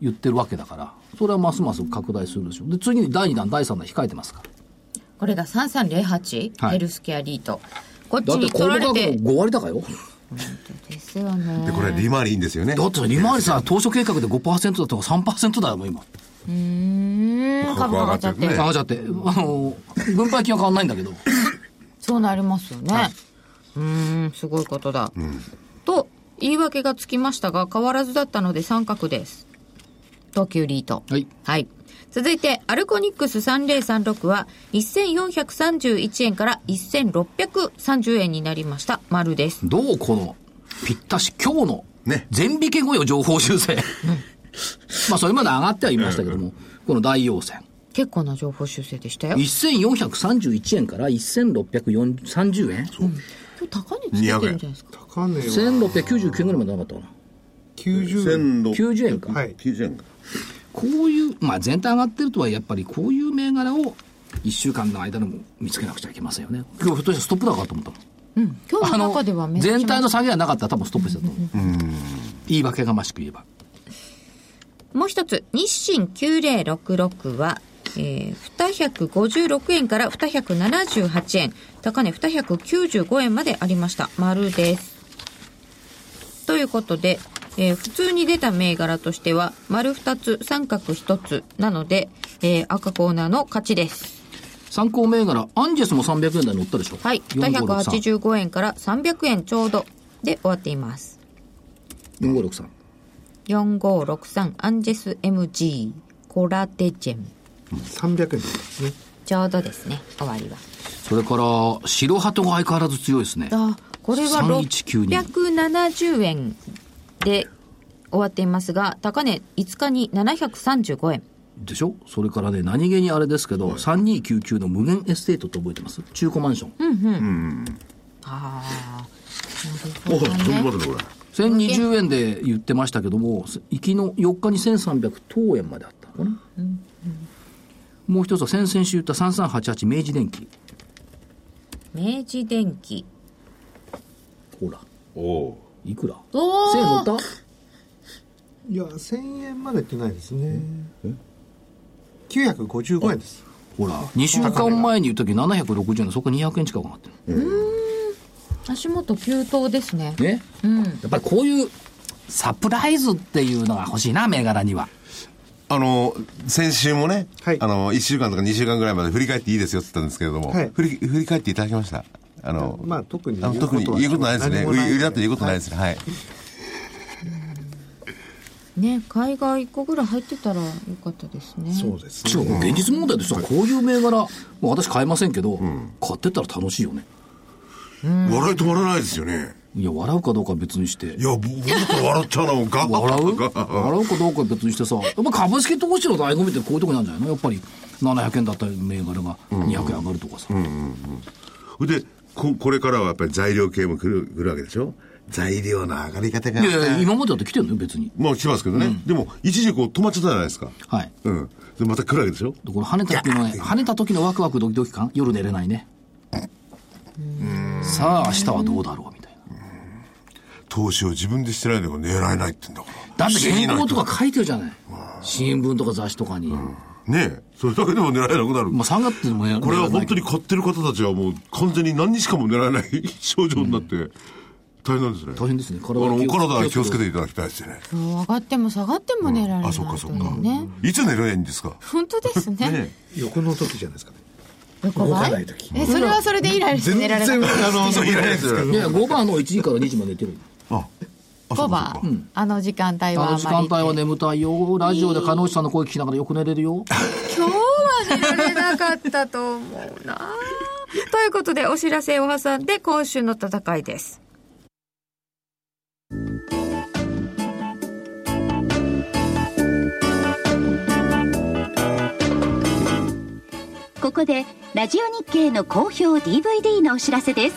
B: 言ってるわけだから、それはますます拡大するでしょ。で、次に第2弾、第3弾控えてますから。
A: これが3308、
B: はい
A: ヘルスケアリートこっち
B: だって、
A: に
B: こ
A: 取ら
B: の
A: れ
B: 額
A: て
B: も5割高よ。
A: ですよね
D: で、これ、利回りいいんですよね。
B: だって、利回りさ、当初計画で5%だったから3%だよ、もう今。
A: うん株価が上がっちゃって
D: ええ
B: ああ、じゃって、あの、分配金は変わんないんだけど。
A: そうなりますよね。うーん、すごいことだ。と、言い訳がつきましたが、変わらずだったので三角です。東急リート。
B: はい
A: 続いて、アルコニックス3036は、1431円から1630円になりました。丸です。
B: どうこの、ぴったし、今日の、
D: ね
B: 全引け後よ、情報修正。まあ、それまで上がってはいましたけども、この大陽線。
A: 結構な情報修正でしたよ。
B: 1431円から1630円
A: 今日高値つけてるんじゃないですか。
C: 高値は
B: ?1699 円ぐらいまでなかったかな。
C: 90円
D: 1690
B: 90円か。
C: はい
D: 円か。
B: こういう、まあ全体上がってるとはやっぱりこういう銘柄を1週間の間でも見つけなくちゃいけませんよね。今日ひょっとしてストップ高かと思ったもん
A: うん。今日の中ではめっちゃ
B: 全体の下げがなかったら多分ストップしてたと思う。言い訳がましく言えば。
A: もう一つ、日清9066は、えー、256円から278円、高値295円までありました。丸です。ということで、えー普通に出た銘柄としては、丸2つ、三角1つなので、えー赤コーナーの勝ちです。
B: 参考銘柄、アンジェスも300円台乗ったでしょ
A: はい。
B: 4563。
A: 285円から300円ちょうどで終わっています。
B: 4563。
A: 4563アンジェス MG コラテジェム。
C: 300円ですね
A: ちょうどですね、終わりは。
B: それから、白鳩が相変わらず強いですね。
A: あこれは
B: 3192
A: 670円で終わっていますが高値5日に735円
B: でしょそれからね、何気にあれですけど、3299の無限エステートって覚えてます中古マンション。
A: ああ
D: おい、ちょっと待ってね、これ。
B: 1020円で言ってましたけども、す行きの4日に1300等円まであったのかな。もう一つは先々週言った3388明治電機。
A: 明治電機
B: ほら、
D: おう
B: いくら ?1000
A: お
B: 円乗った
C: いや1000円までいってないですね955円です
B: ほら、2週間前に言った時760円でそこ200円近く上がって
A: 足元急騰ですね
B: る。ね、やっぱりこういうサプライズっていうのが欲しいな、銘柄には。
D: あの、先週もね、
C: はい
D: あの、1週間とか2週間ぐらいまで振り返っていいですよって言ったんですけれども、
C: はい
D: 振り振り返っていただきました。あの、
C: まあ特に
D: あの特に言うことないですね。
C: 何
D: 売
C: も
D: り
C: な
D: 売
C: い
D: りだって言うことないですね。はい。
A: ね海外1個ぐらい入ってたらよかったですね
C: そうです
B: しかも現実問題でさ、こういう銘柄、もう私買えませんけど、買ってったら楽しいよね。
D: 笑い止まらないですよね。
B: いや、笑うかどうかは別にして
D: い。や、僕だったら笑っちゃうな、もうガッ
B: 笑う
D: ガッ
B: 笑うかどうかは別にしてさ、やっぱ株式投資の醍醐味ってこういうとこなんじゃないのやっぱり700円だった銘柄が200円上がるとかさ。
D: でこ、これからはやっぱり材料系も来る来るわけでしょ材料の上がり方が。
B: いやいや、今までだって来てるのよ、別に。
D: まあ来ますけどね。でも、一時こう止まっちゃったじゃないですか。
B: はい。
D: うん。で、また来るわけでしょ
B: でこれ跳ねた時のね、跳ねた時のワクワクドキドキ感、夜寝れないね。さあ、明日はどうだろうみたいな。
D: 投資を自分でしてないのが狙えないってんだから。
B: だって原稿と
D: 不
B: か書いてるじゃない。新聞とか雑誌とかに。
D: 思議な人。ねえ、それだけでも狙えなくなる。
B: まあ3月でもね、
D: これは本当
B: 狙えないけ
D: に
B: ど
D: 買ってる方たちはもう完全に何日かも狙えない症状になって、大変なんですね。
B: 大変ですね。
D: あ
B: 体
D: の、
B: は
D: お
B: 気を
D: 体は気をつけていただきたいですよね。
A: 上がっても下がっても寝られないと
D: あ、そっかそっか
A: いうね。
D: いつ寝れないんですか
A: 本当ですね
D: ね
C: 横の時じゃないですかね。
A: 横ばい
C: 動かない時
A: えそれはそれでイライラして寝られない
C: あの、
D: そういらないです
B: いや、5番の1時から2時まで寝てる。
D: あ、あ
A: 5
D: そっかそ
A: 番
D: っか。
A: あの時間帯
B: あ
A: はあ
B: の
A: ん
B: 時
A: ま
B: 間
A: り
B: 帯は眠たいよ。ラジオで鹿内さんの声聞きながらよく寝れるよ。
A: 今日は寝られなかったと思うなということでお知らせを挟んで今週の戦いです
E: ここでラジオ日経の好評 DVD のお知らせです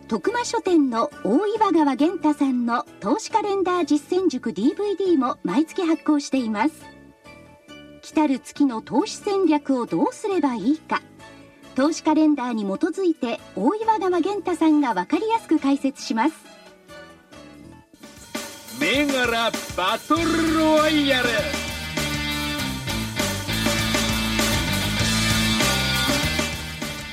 E: 徳間書店の大岩川源太さんの投資カレンダー実践塾 DVD も毎月発行しています来たる月の投資戦略をどうすればいいか投資カレンダーに基づいて大岩川源太さんが分かりやすく解説します
F: 銘柄バトルロワイヤル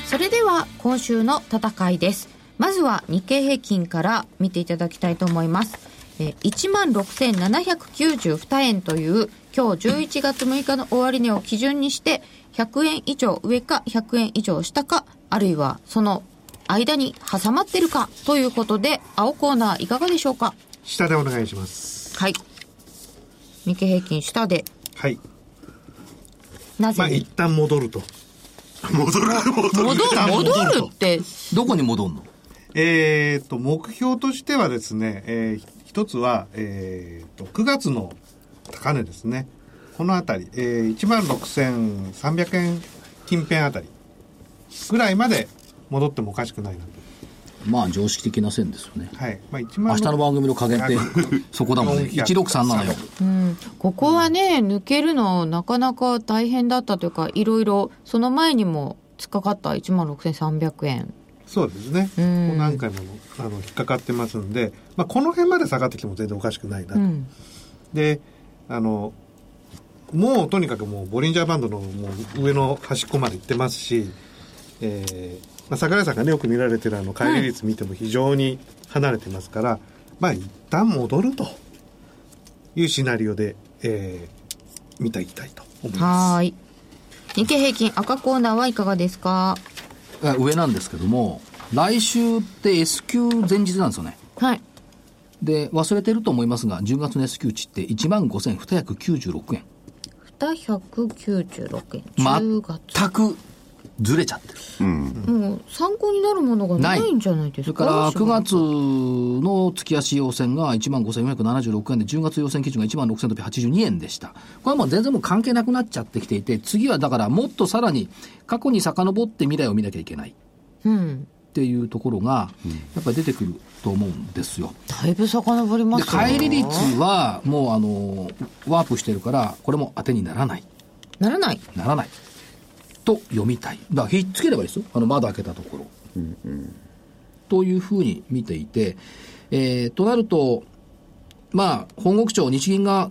A: それでは今週の戦いですまずは日経平均から見ていただきたいと思います1万6792円という今日11月6日の終値を基準にして100円以上上か100円以上下かあるいはその間に挟まってるかということで青コーナーいかがでしょうか
C: 下でお願いします。
A: はい日経平均下で
C: はい。
A: なぜ
C: まあ、
A: に
C: 一旦戻ると。
D: 戻る、戻る。
A: 戻る戻るって
B: どこに戻んの
C: えー、と、目標としてはですね、えーひ一つは、えー、と、9月の高値ですね。このあたり、えー、16,300円近辺あたりぐらいまで戻ってもおかしくないなと。
B: まあ常識的な線ですよね。
C: はい。まあ、1
B: 明
C: 万
B: 日の番組の加減って
C: あ、
B: そこだもんね。16374。
A: ここはね、抜けるのなかなか大変だったというか、いろいろ、その前にも突っかかった1万6300円。
C: そうですね。
A: う
C: も
A: ん
C: う何回もあの引っかかってますんで、まあ、この辺まで下がってきても全然おかしくないなと。
A: うん。
C: で、あの、もうとにかくもうボリンジャーバンドのもう上の端っこまで行ってますし、えーまあ、桜井さんがね、よく見られてるあの、帰り率見ても非常に離れてますから、まあ、一旦戻るというシナリオで、えー見ていきたいと思います。
A: はーい。日経平均赤コーナーはいかがですか
B: あ上なんですけども、来週って S q 前日なんですよね。
A: はい。
B: で、忘れてると思いますが、10月の S q 値って15,296円。
A: 296円。10月。
B: 全くずれちゃってる。
A: もう参考になるものがないんじゃないです
B: それ
A: か
B: から9月の月足要線が15,476円で、10月要線基準が16,682円でした。これはもう全然もう関係なくなっちゃってきていて、次はだからもっとさらに過去に遡って未来を見なきゃいけない。
A: う
B: っ
A: ん。
B: ていうところが、やっぱり出てくると思うんですよ。
A: だいぶ遡りま
B: で、
A: すよね
B: 帰り率はもうあの、ワープしてるから、これも当てにならない、
A: ならない。
B: ならない。と読みたい。だから、ひっつければいいですよ。あの、窓開けたところ。というふうに見ていて、えー、となると、まあ、本国庁、日銀が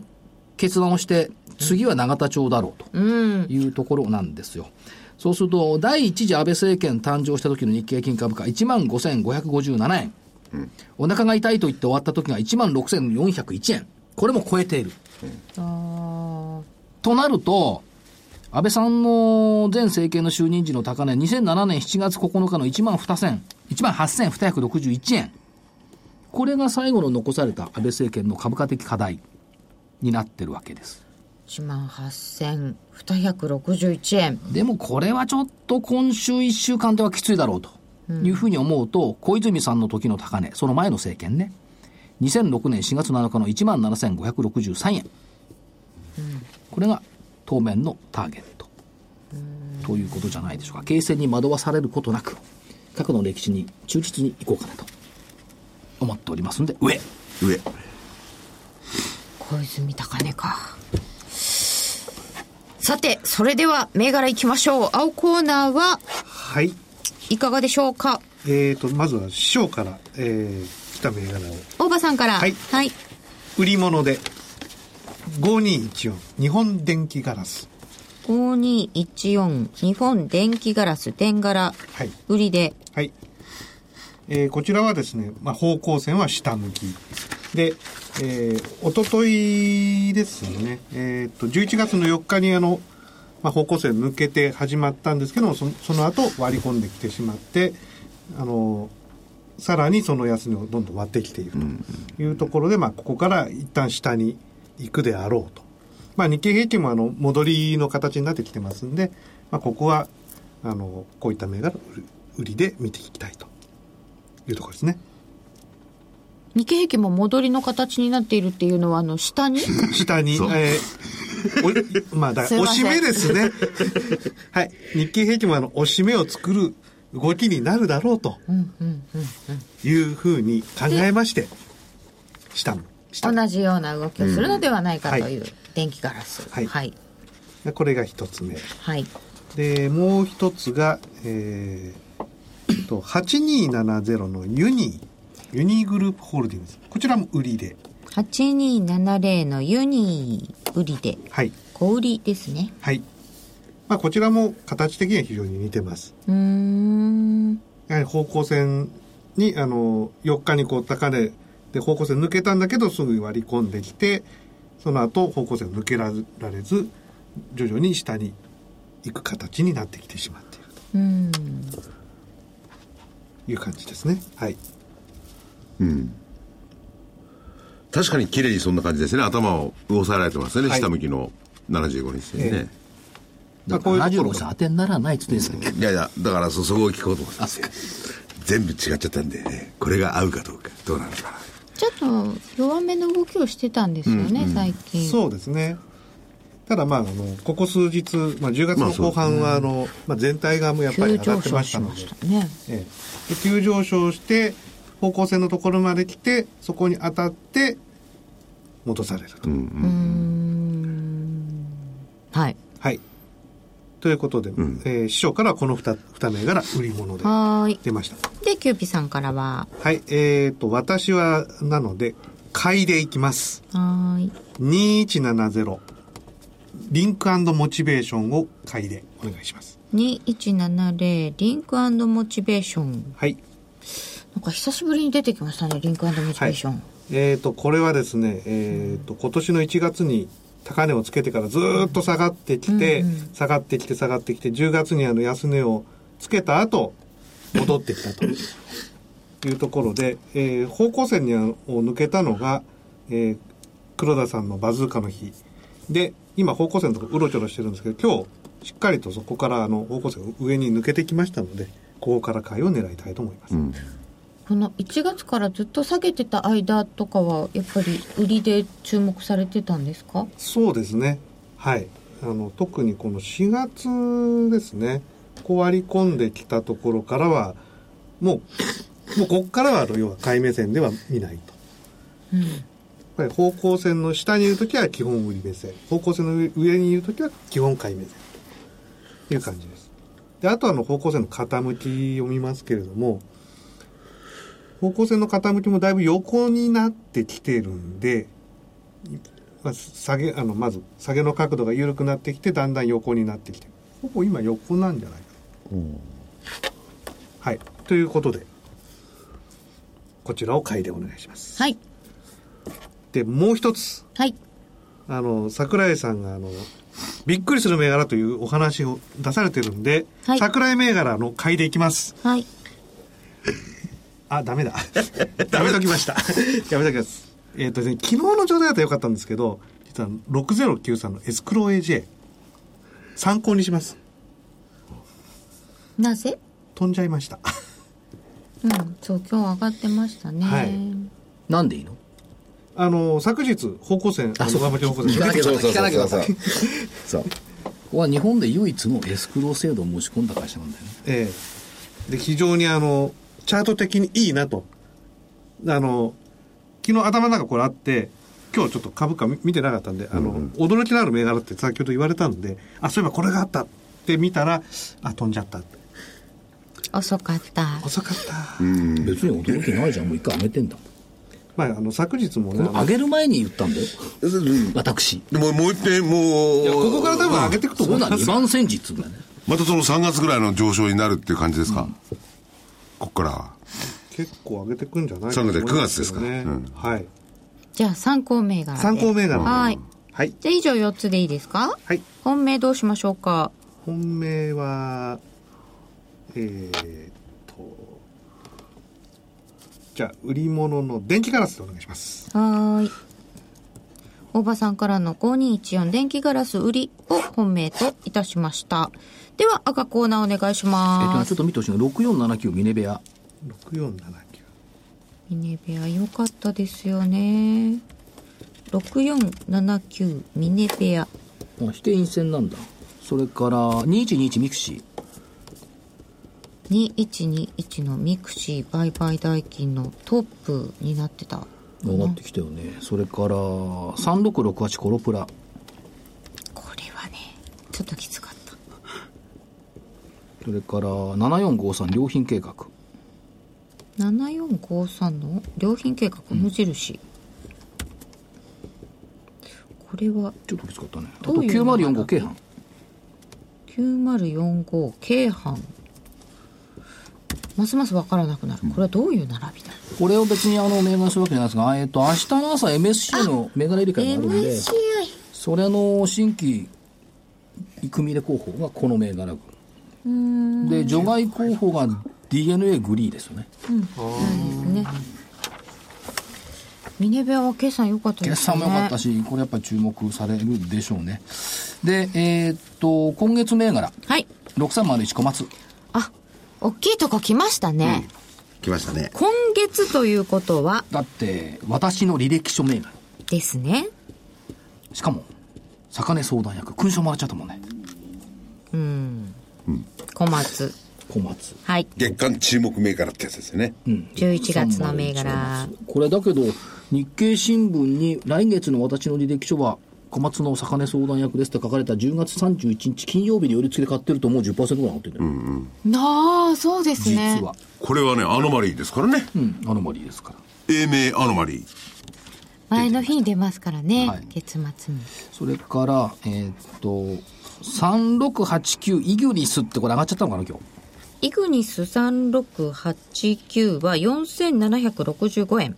B: 決断をして、次は永田町だろうと。
A: うん。
B: いうところなんですよ。そうすると、第一次安倍政権誕生した時の日経平均株価、1万5557円。お腹が痛いと言って終わった時が1万6401円。これも超えている。
A: あ
B: となると、安倍さんの前政権の就任時の高値、2007年7月9日の1万2000、1万8261円。これが最後の残された安倍政権の株価的課題になってるわけです。
A: 1万8261円
B: でもこれはちょっと今週1週間ではきついだろうというふうに思うと、小泉さんの時の高値、その前の政権ね、2006年4月7日の17,563円。これが当面のターゲット。ということじゃないでしょうか。形勢に惑わされることなく、過去の歴史に忠実にいこうかなと思っておりますんで、上
D: 上。
A: 小泉高値かさてそれでは銘柄いきましょう青コーナーは
C: はい。
A: いかがでしょうか
C: えーと、まずは師匠から、えー、来た銘柄を。
A: 大場さんから
C: はい
A: はい、
C: 売り物で、5214、日本電気ガラス。
A: 5214日本電気ガラス天柄、
C: はい
A: 売りで
C: はい。えーこちらはですね、まあ、方向線は下向き。で、えー、おとといですね、えーっと、11月の4日にあの、まあ、方向線抜けて始まったんですけども、そその後割り込んできてしまって、あの、さらにその安値をどんどん割ってきているというところで、まあ、ここから一旦下に行くであろうと。まあ、日経平均もあの、戻りの形になってきてますんで、まあ、ここは、あの、こういった銘柄を売る売りで見ていきたいというところですね。
A: 日経平均も戻りの形になっているっていうのはあの下に
C: 下に、
D: そう
C: え ーおまあ、だか
A: すい
C: ら、
A: ま
C: 押
A: せ
C: し
A: ん
C: 目ですね。はい。日経平均もあの、押し目を作る動きになるだろうと
A: うんうんうん
C: いうふうに考えまして、下も、下も。
A: 同じような動きをするのではないかという、
C: は
A: 電気ガラス
C: はい
A: はい、
C: これが一つ目。
A: はい
C: で、もう一つが、えー、と、8270のユニ、ユニグループホールディングス。こちらも売りで。
A: 8270のユニー売りで
C: はい。
A: 小売りですね
C: はい。まあ、こちらも形的には非常に似てます。
A: うーん
C: やはり方向線に、あの、4日にこう高値で方向線抜けたんだけど、すぐに割り込んできて、その後方向線を抜けられず、徐々に下に行く形になってきてしまっている
A: うん
C: という感じですね。はい。
D: 確かに綺麗にそんな感じですね。頭を押さえられてますね。
C: はい
D: 下向きの75日線ね。
B: だ
C: まあ
B: か
C: こういう
B: ら
C: ところ
B: 76さん当てにならないっつってんですよ
D: いやいや、だからそ、そこを聞こうと思ってます。 全部違っちゃったんでね、これが合うかどうか、どうなのかな。
A: ちょっと弱めの動きをしてたんですよね、最近
C: そうですね。ただまあ、あの、ここ数日、まあ10月の後半は、あの、まあ全体がもうやっぱり
A: 急上
C: 上がって
A: 昇
C: まし
A: した
C: の
A: ま
C: で
A: し、たね
C: ええ、で急上昇して方向線のところまで来てそこに当たって戻されると、
A: はい
C: はいということで、えー師匠からはこの 2, 二銘柄売り物で
A: はーい
C: 出ました
A: でキューピさんからは
C: はいえー、と私はなので買いでいきます
A: はーい
C: 2170リンクモチベーションを買いでお願いします
A: 2170リンクモチベーション
C: はい
A: なんか久しぶりに出てきましたねリンクモチベーション、
C: えー、とこれはですね、えー、と今年の1月に高値をつけてからずーっと下がってきて、下がってきて下がってきて10月にあの安値をつけた後戻ってきたというところで、えー方向線にあのを抜けたのが、えー黒田さんのバズーカの日で今方向線のとこうろちょろしてるんですけど今日しっかりとそこからあの方向線を上に抜けてきましたのでここから買いを狙いたいと思います。
A: この1月からずっと下げてた間とかはやっぱり売りで注目されてたんですか
C: そうですね。はい。あの、特にこの4月ですね。こう割り込んできたところからは、もう、もうこっからは、あの要は買い目線では見ないと。やっぱり方向線の下にいるときは基本売り目線。方向線の上上にいるときは基本買い目線。という感じです。で、あとはあの方向線の傾きを見ますけれども、方向線の傾きもだいぶ横になってきてるんで、まあ、下げあのまず下げの角度が緩くなってきてだんだん横になってきてほぼ今横なんじゃないかな、はいということでこちらを買いでお願いします。
A: はい。
C: で、もう一つ、
A: はい。
C: あの、桜井さんが、あの、びっくりする銘柄というお話を出されてるんで、
A: はい
C: 桜井銘柄の買いでいきます。
A: はい。
C: あ、 ダメだ。ダメときま した。やめときます。えっ、とですね、昨日の状態だと良かったんですけど、実は6093のエスクロー AJ、参考にします。
A: なぜ
C: 飛んじゃいました。
A: うん。そう、今日上がってましたね。
C: はい
B: なんでいいの
C: あの、昨日、方向線、あの、上向き方向
B: 聞か
C: 線
B: なきゃ
G: そうそう
B: 聞かなきゃ
G: そうそうそう
B: ここは日本で唯一のエスクロー制度を申し込んだ会社なんだよね
C: ええで、非常にあの、チャート的にいいなと。あの、昨日頭の中これあって、今日ちょっと株価見見てなかったんで、あの、驚きのある銘柄って先ほど言われたんで、あ、そういえばこれがあったって見たら、あ、飛んじゃった。
A: 遅かった。
C: 遅かった。
B: 別に驚きないじゃんもう一回上げてんだ
C: まあ、あの、昨日も
B: こ
C: ね、
B: の上げる前に言ったんだよ
G: うん
B: 私
D: でももう一遍もう
C: いやここから多分上げていくと
B: そ
C: 思
B: う
C: い
B: だ
C: ます
B: 2番煎じっつうんだよね
D: またその3月ぐらいの上昇になるっていう感じですか、こっからは
C: 結構上げてくんじゃない
D: 3月
C: と思いますけど
D: 9月ですかうん
C: はい。
A: じゃあ、参考銘柄で。
C: 参考銘柄。
A: はい。
C: はい。
A: じゃあ、以上4つでいいですか
C: はい。
A: 本命どうしましょうか
C: 本命は、えーっと、じゃあ、売り物の電気ガラスでお願いします。
A: はーい。大場さんからの5214電気ガラス売りを本命といたしました。では、赤コーナーお願いし
B: えっと
A: ま
B: ねちょ
A: す
B: っ。と見てほしいのが6479ミネベア
C: 6479。
A: ミネベア良かったですよね。6479ミネベア。
B: あ非定員戦なんだそれから2121ミクシー
A: 2121のミクシー売買代金のトップになってた。
B: 上がってきたよねそれから3668コロプラ
A: これはね、ちょっときつかった。
B: それから7453良品計画
A: 7453の良品計画無印、これは
B: ちょっときつかったねあと
A: どういうの
B: 9045京阪
A: 9045京阪ますます分からなくなるこれはどういう並びだ、
B: これを別にあの銘柄にするわけじゃないですがあえっと明日の朝 MSC の銘柄入れ替えがあるんでそれの新規組み入れ候補がこの銘柄群で除外候補が DNA グリーですよね
A: ですねミネベアは決算良かったで
B: 決
A: す
B: 算
A: ね
B: も良かったしこれやっぱり注目されるでしょうねでえーっと今月銘柄
A: はい
B: 6301小松
A: あ大きいとこ来ましたね、
G: 来ましたね
A: 今月ということは
B: だって私の履歴書銘柄
A: ですね
B: しかも坂根相談役勲章もらっちゃったもんね
A: 小松
B: 小松
A: はい
D: 月間注目銘柄ってやつですよね、
A: 11月の銘柄
B: これだけど日経新聞に来月の私の履歴書は小松の坂根相談役ですって書かれた10月31日金曜日に寄り付けで買ってるともう10%ぐらい上がってるんだよ、
A: なあそうです
B: 実
A: ね
B: は、
D: これはねアノマリーですからね、
B: うん、アノマリーですから
D: 英名アノマリー
A: 前の日に出ますからね、
B: はい
A: 月末に
B: それからえーっと3689イギュリスってこれ上がっちゃったのかな今日
A: イグニス3689は4765円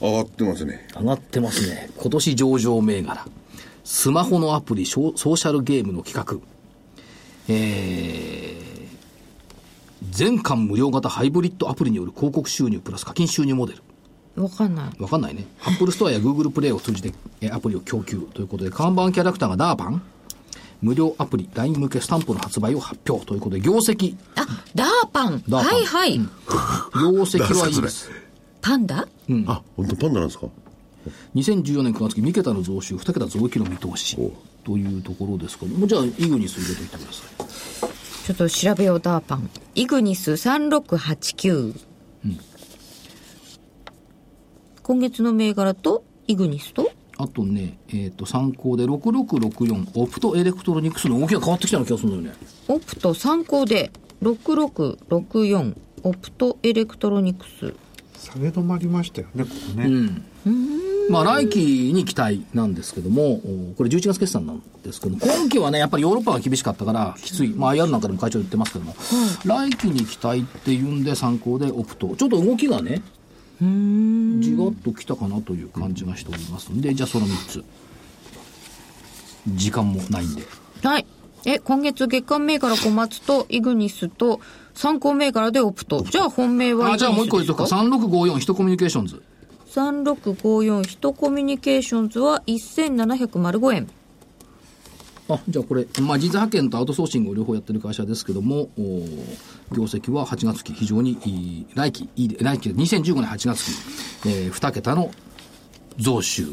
D: 上がってますね
B: 上がってますね今年上場銘柄スマホのアプリショソーシャルゲームの企画えー全館無料型ハイブリッドアプリによる広告収入プラス課金収入モデル
A: わかんない
B: わかんないねアップルストアや Google プレイを通じてえアプリを供給ということで看板キャラクターがダーパン無料アプリ LINE 向けスタンプの発売を発表ということで業績
A: あダーパン
B: ダーパン
A: はいはい、
B: 業績はいいです
A: パンダ
D: あ本当パンダなんですか
B: 2014年9月期三桁の増収2桁増益の見通しというところですけどもじゃあイグニス入れといてください
A: ちょっと調べようダーパンイグニス3689、今月の銘柄とイグニスと
B: あとね、えっ、と、参考で6664、オプトエレクトロニクスの動きが変わってきたような気がするんだよね。
A: オプト参考で6664オプトエレクトロニクス
C: 下げ止まりましたよね、ここね。
B: まあ来期に期待なんですけども、おこれ11月決算なんですけども、今期はね、やっぱりヨーロッパが厳しかったから、きつい。まあ IR なんかでも会長言ってますけども、来期に期待っていうんで参考でオプト。ちょっと動きがね、じわっときたかなという感じがしておりますんで、じゃあその3つ。時間もないんで。
A: はい。え、今月月間銘柄小松とイグニスと参考銘柄でオプト。じゃあ本命は
B: あ、じゃあもう一個言っとくか。
A: か。
B: 3654、ヒトコミュニケーションズ。
A: 3654ヒトコミュニケーションズは1705円。
B: あじゃあこれ、まあ、人材派遣とアウトソーシングを両方やってる会社ですけども、お業績は8月期、非常にいい来期、いい来期、2015年8月期、え2桁の増収、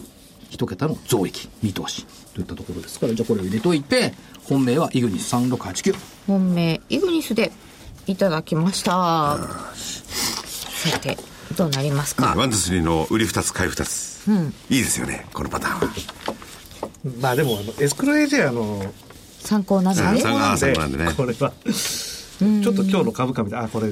B: 1桁の増益、見通しといったところですから、じゃあこれを入れといて、本命はイグニス3689。
A: 本命イグニスでいただきました。さて、どうなりますか、
D: ワンとスリーの売り2つ買い2つ、いいですよねこのパターンは
C: まあでもあのエスクロエジアの
A: 参考なの
D: うん
A: で
D: 参。考ああそうなんでね
C: これはちょっと今日の株価見てあこれ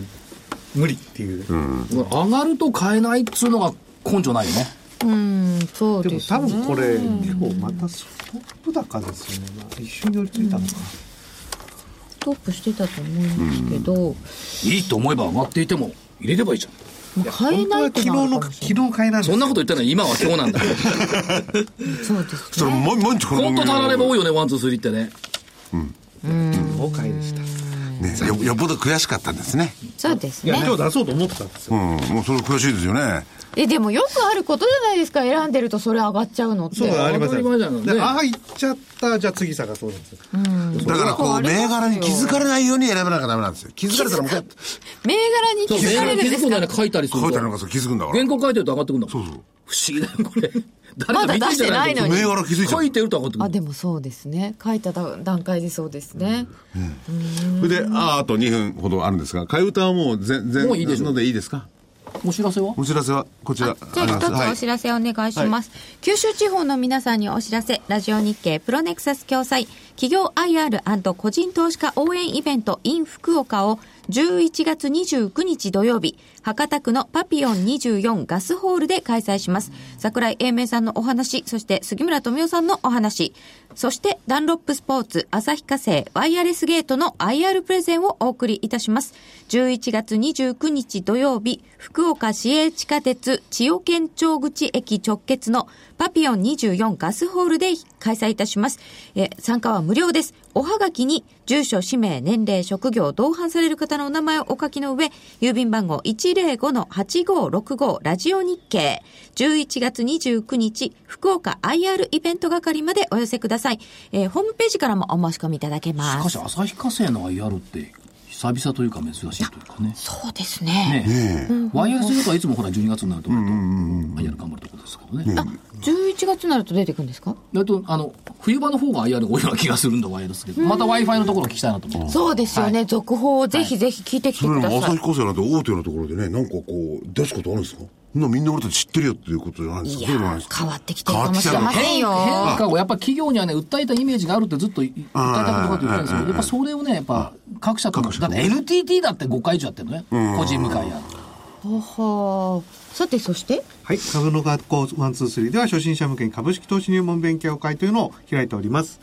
C: 無理っていう、
B: 上がると買えないっつうのが根性ないよね。
A: うん、そう
C: でも
A: です
C: 多分これ結構またストップ高ですよね、まあ、一瞬寄りついたのか、
A: トップしてたと思いますけど、
B: いいと思えば上がっていても、入れればいいじゃん。
A: まあ、買えないっ
C: 昨
A: て
C: 日
A: のはある
C: の
A: かも
C: 昨
A: しれ
C: 日買いなんです
B: そんなこと言ったら今は今日なんだけど。
A: ないそうです
D: それ
A: ね。
D: 毎毎
B: 本
D: 日この番
B: 当
D: 組
B: たられば多いよね、ワン、ツー、スリーってね。
C: も買いでしたい
D: ねよよっぽど悔しかったんですね
A: そうです
C: や
A: ね。
C: 今日出そうと思ってたんです
D: う
C: よ、
D: んもうそれ悔しいですよね
A: え、でもよくあることじゃないですか。選んでるとそれ上がっちゃうのって。
C: そうありま
B: 当
C: せ
B: たり前じゃん
C: ん、で
B: ね
C: ああ行っちゃったじゃあ次探そうなんですよ
D: だからこう銘柄に気づかれないように選ばなきゃダメなんですよ気づかれたらもうこうやって
A: 銘柄に気
B: そう、
A: づ
B: 銘
A: か
B: 柄
A: れる
B: 気
A: んで
B: づ
A: す
B: くんだ
A: か
B: よね、書いたりする
D: 書
B: と
D: いてあるのがそう気づくんだから
B: 原稿書いてると上がってくるんだもん
D: そうそう
B: 不思議だよこれ
A: まだ出してないの に
B: 誰
D: 銘
B: か
D: 柄気づいちゃ
B: 書
D: う
B: いてると上がってく
A: あ、
B: る
A: でもそうですね。書いた段階でそうですね。
D: それであああと2分ほどあるんですが替え歌はもう全然
B: もういいでしょう
D: のでいいですか
B: お知らせは
D: お知らせはこちら
A: じゃあ一つ
D: はい
A: お知らせお願いします、九州地方の皆さんにお知らせラジオ日経プロネクサス共催企業 IR& 個人投資家応援イベント in 福岡を11月29日土曜日博多区のパピオン24ガスホールで開催します桜井英明さんのお話そして杉村富夫さんのお話そしてダンロップスポーツ旭化成ワイヤレスゲートの IR プレゼンをお送りいたします11月29日土曜日福岡市営地下鉄千代県庁口駅直結のパピオン24ガスホールで開催いたしますえー参加は無料ですおはがきに住所氏名年齢職業同伴される方のお名前をお書きの上郵便番号105-8565ラジオ日経11月29日福岡 IR イベント係までお寄せください、えーホームページからもお申し込みいただけ
B: し
A: ま
B: か
A: す
B: し旭化成の IR って久々というか珍しいというかね
A: そうですね
B: ねえワイヤレスゲートはいつもほら12月になると思うと IR 頑張るところですけどね
A: あ、11月になると出てくるんですか
B: だとあの冬場の方が IR が多いような気がするんだワイヤレスゲートまた Wi-Fi のところを聞きたいなと思って
A: そうですよね、続報をぜひぜひ聞いてきて
D: それ
A: く
D: で
A: だ
D: も
A: さ
D: 朝
A: い、
D: 日高生なんて大手のところでねなんかこう出すことあるんですかそんなみんな俺たち知ってるよっていうことじゃないんです
A: い
D: か
A: や
D: そうでもないですか
A: 変わってきてるかもしれま
D: 変わってきたの
A: せんよ
B: 変化をやっぱ企業にはね訴えたイメージがあるってずっとい訴えたことがあって言ってるんですけどやっぱそれをねやっぱ各社ともだって NTT だって5回以上やってるのね個人向かいや
A: ほほーさてそして
C: はい。株の学校123では初心者向けに株式投資入門勉強会というのを開いております。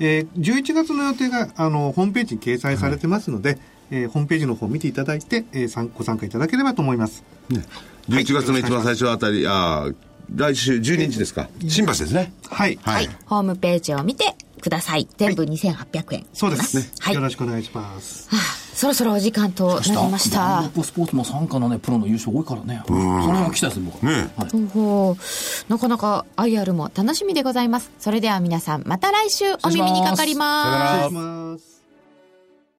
C: えー11月の予定が、あの、ホームページに掲載されてますので、えーホームページの方を見ていただいて、えー参ご参加いただければと思います。
D: 11月の一番最初あたりああ来週12日ですか新橋ですね
C: はい。
D: はい
A: ホームページを見てください全部2800円、
C: そうです、ね
A: はい
C: よろしくお願いします。
A: はあそろそろお時間となりまし
B: ダンロ
A: た
B: ップスポーツも参加のね、プロの優勝多いからね。その辺は期待する僕は。
D: ね
B: はい
A: ほほーなかなか IR も楽しみでございますそれでは皆さんまた来週お耳にかかります
C: 失礼します。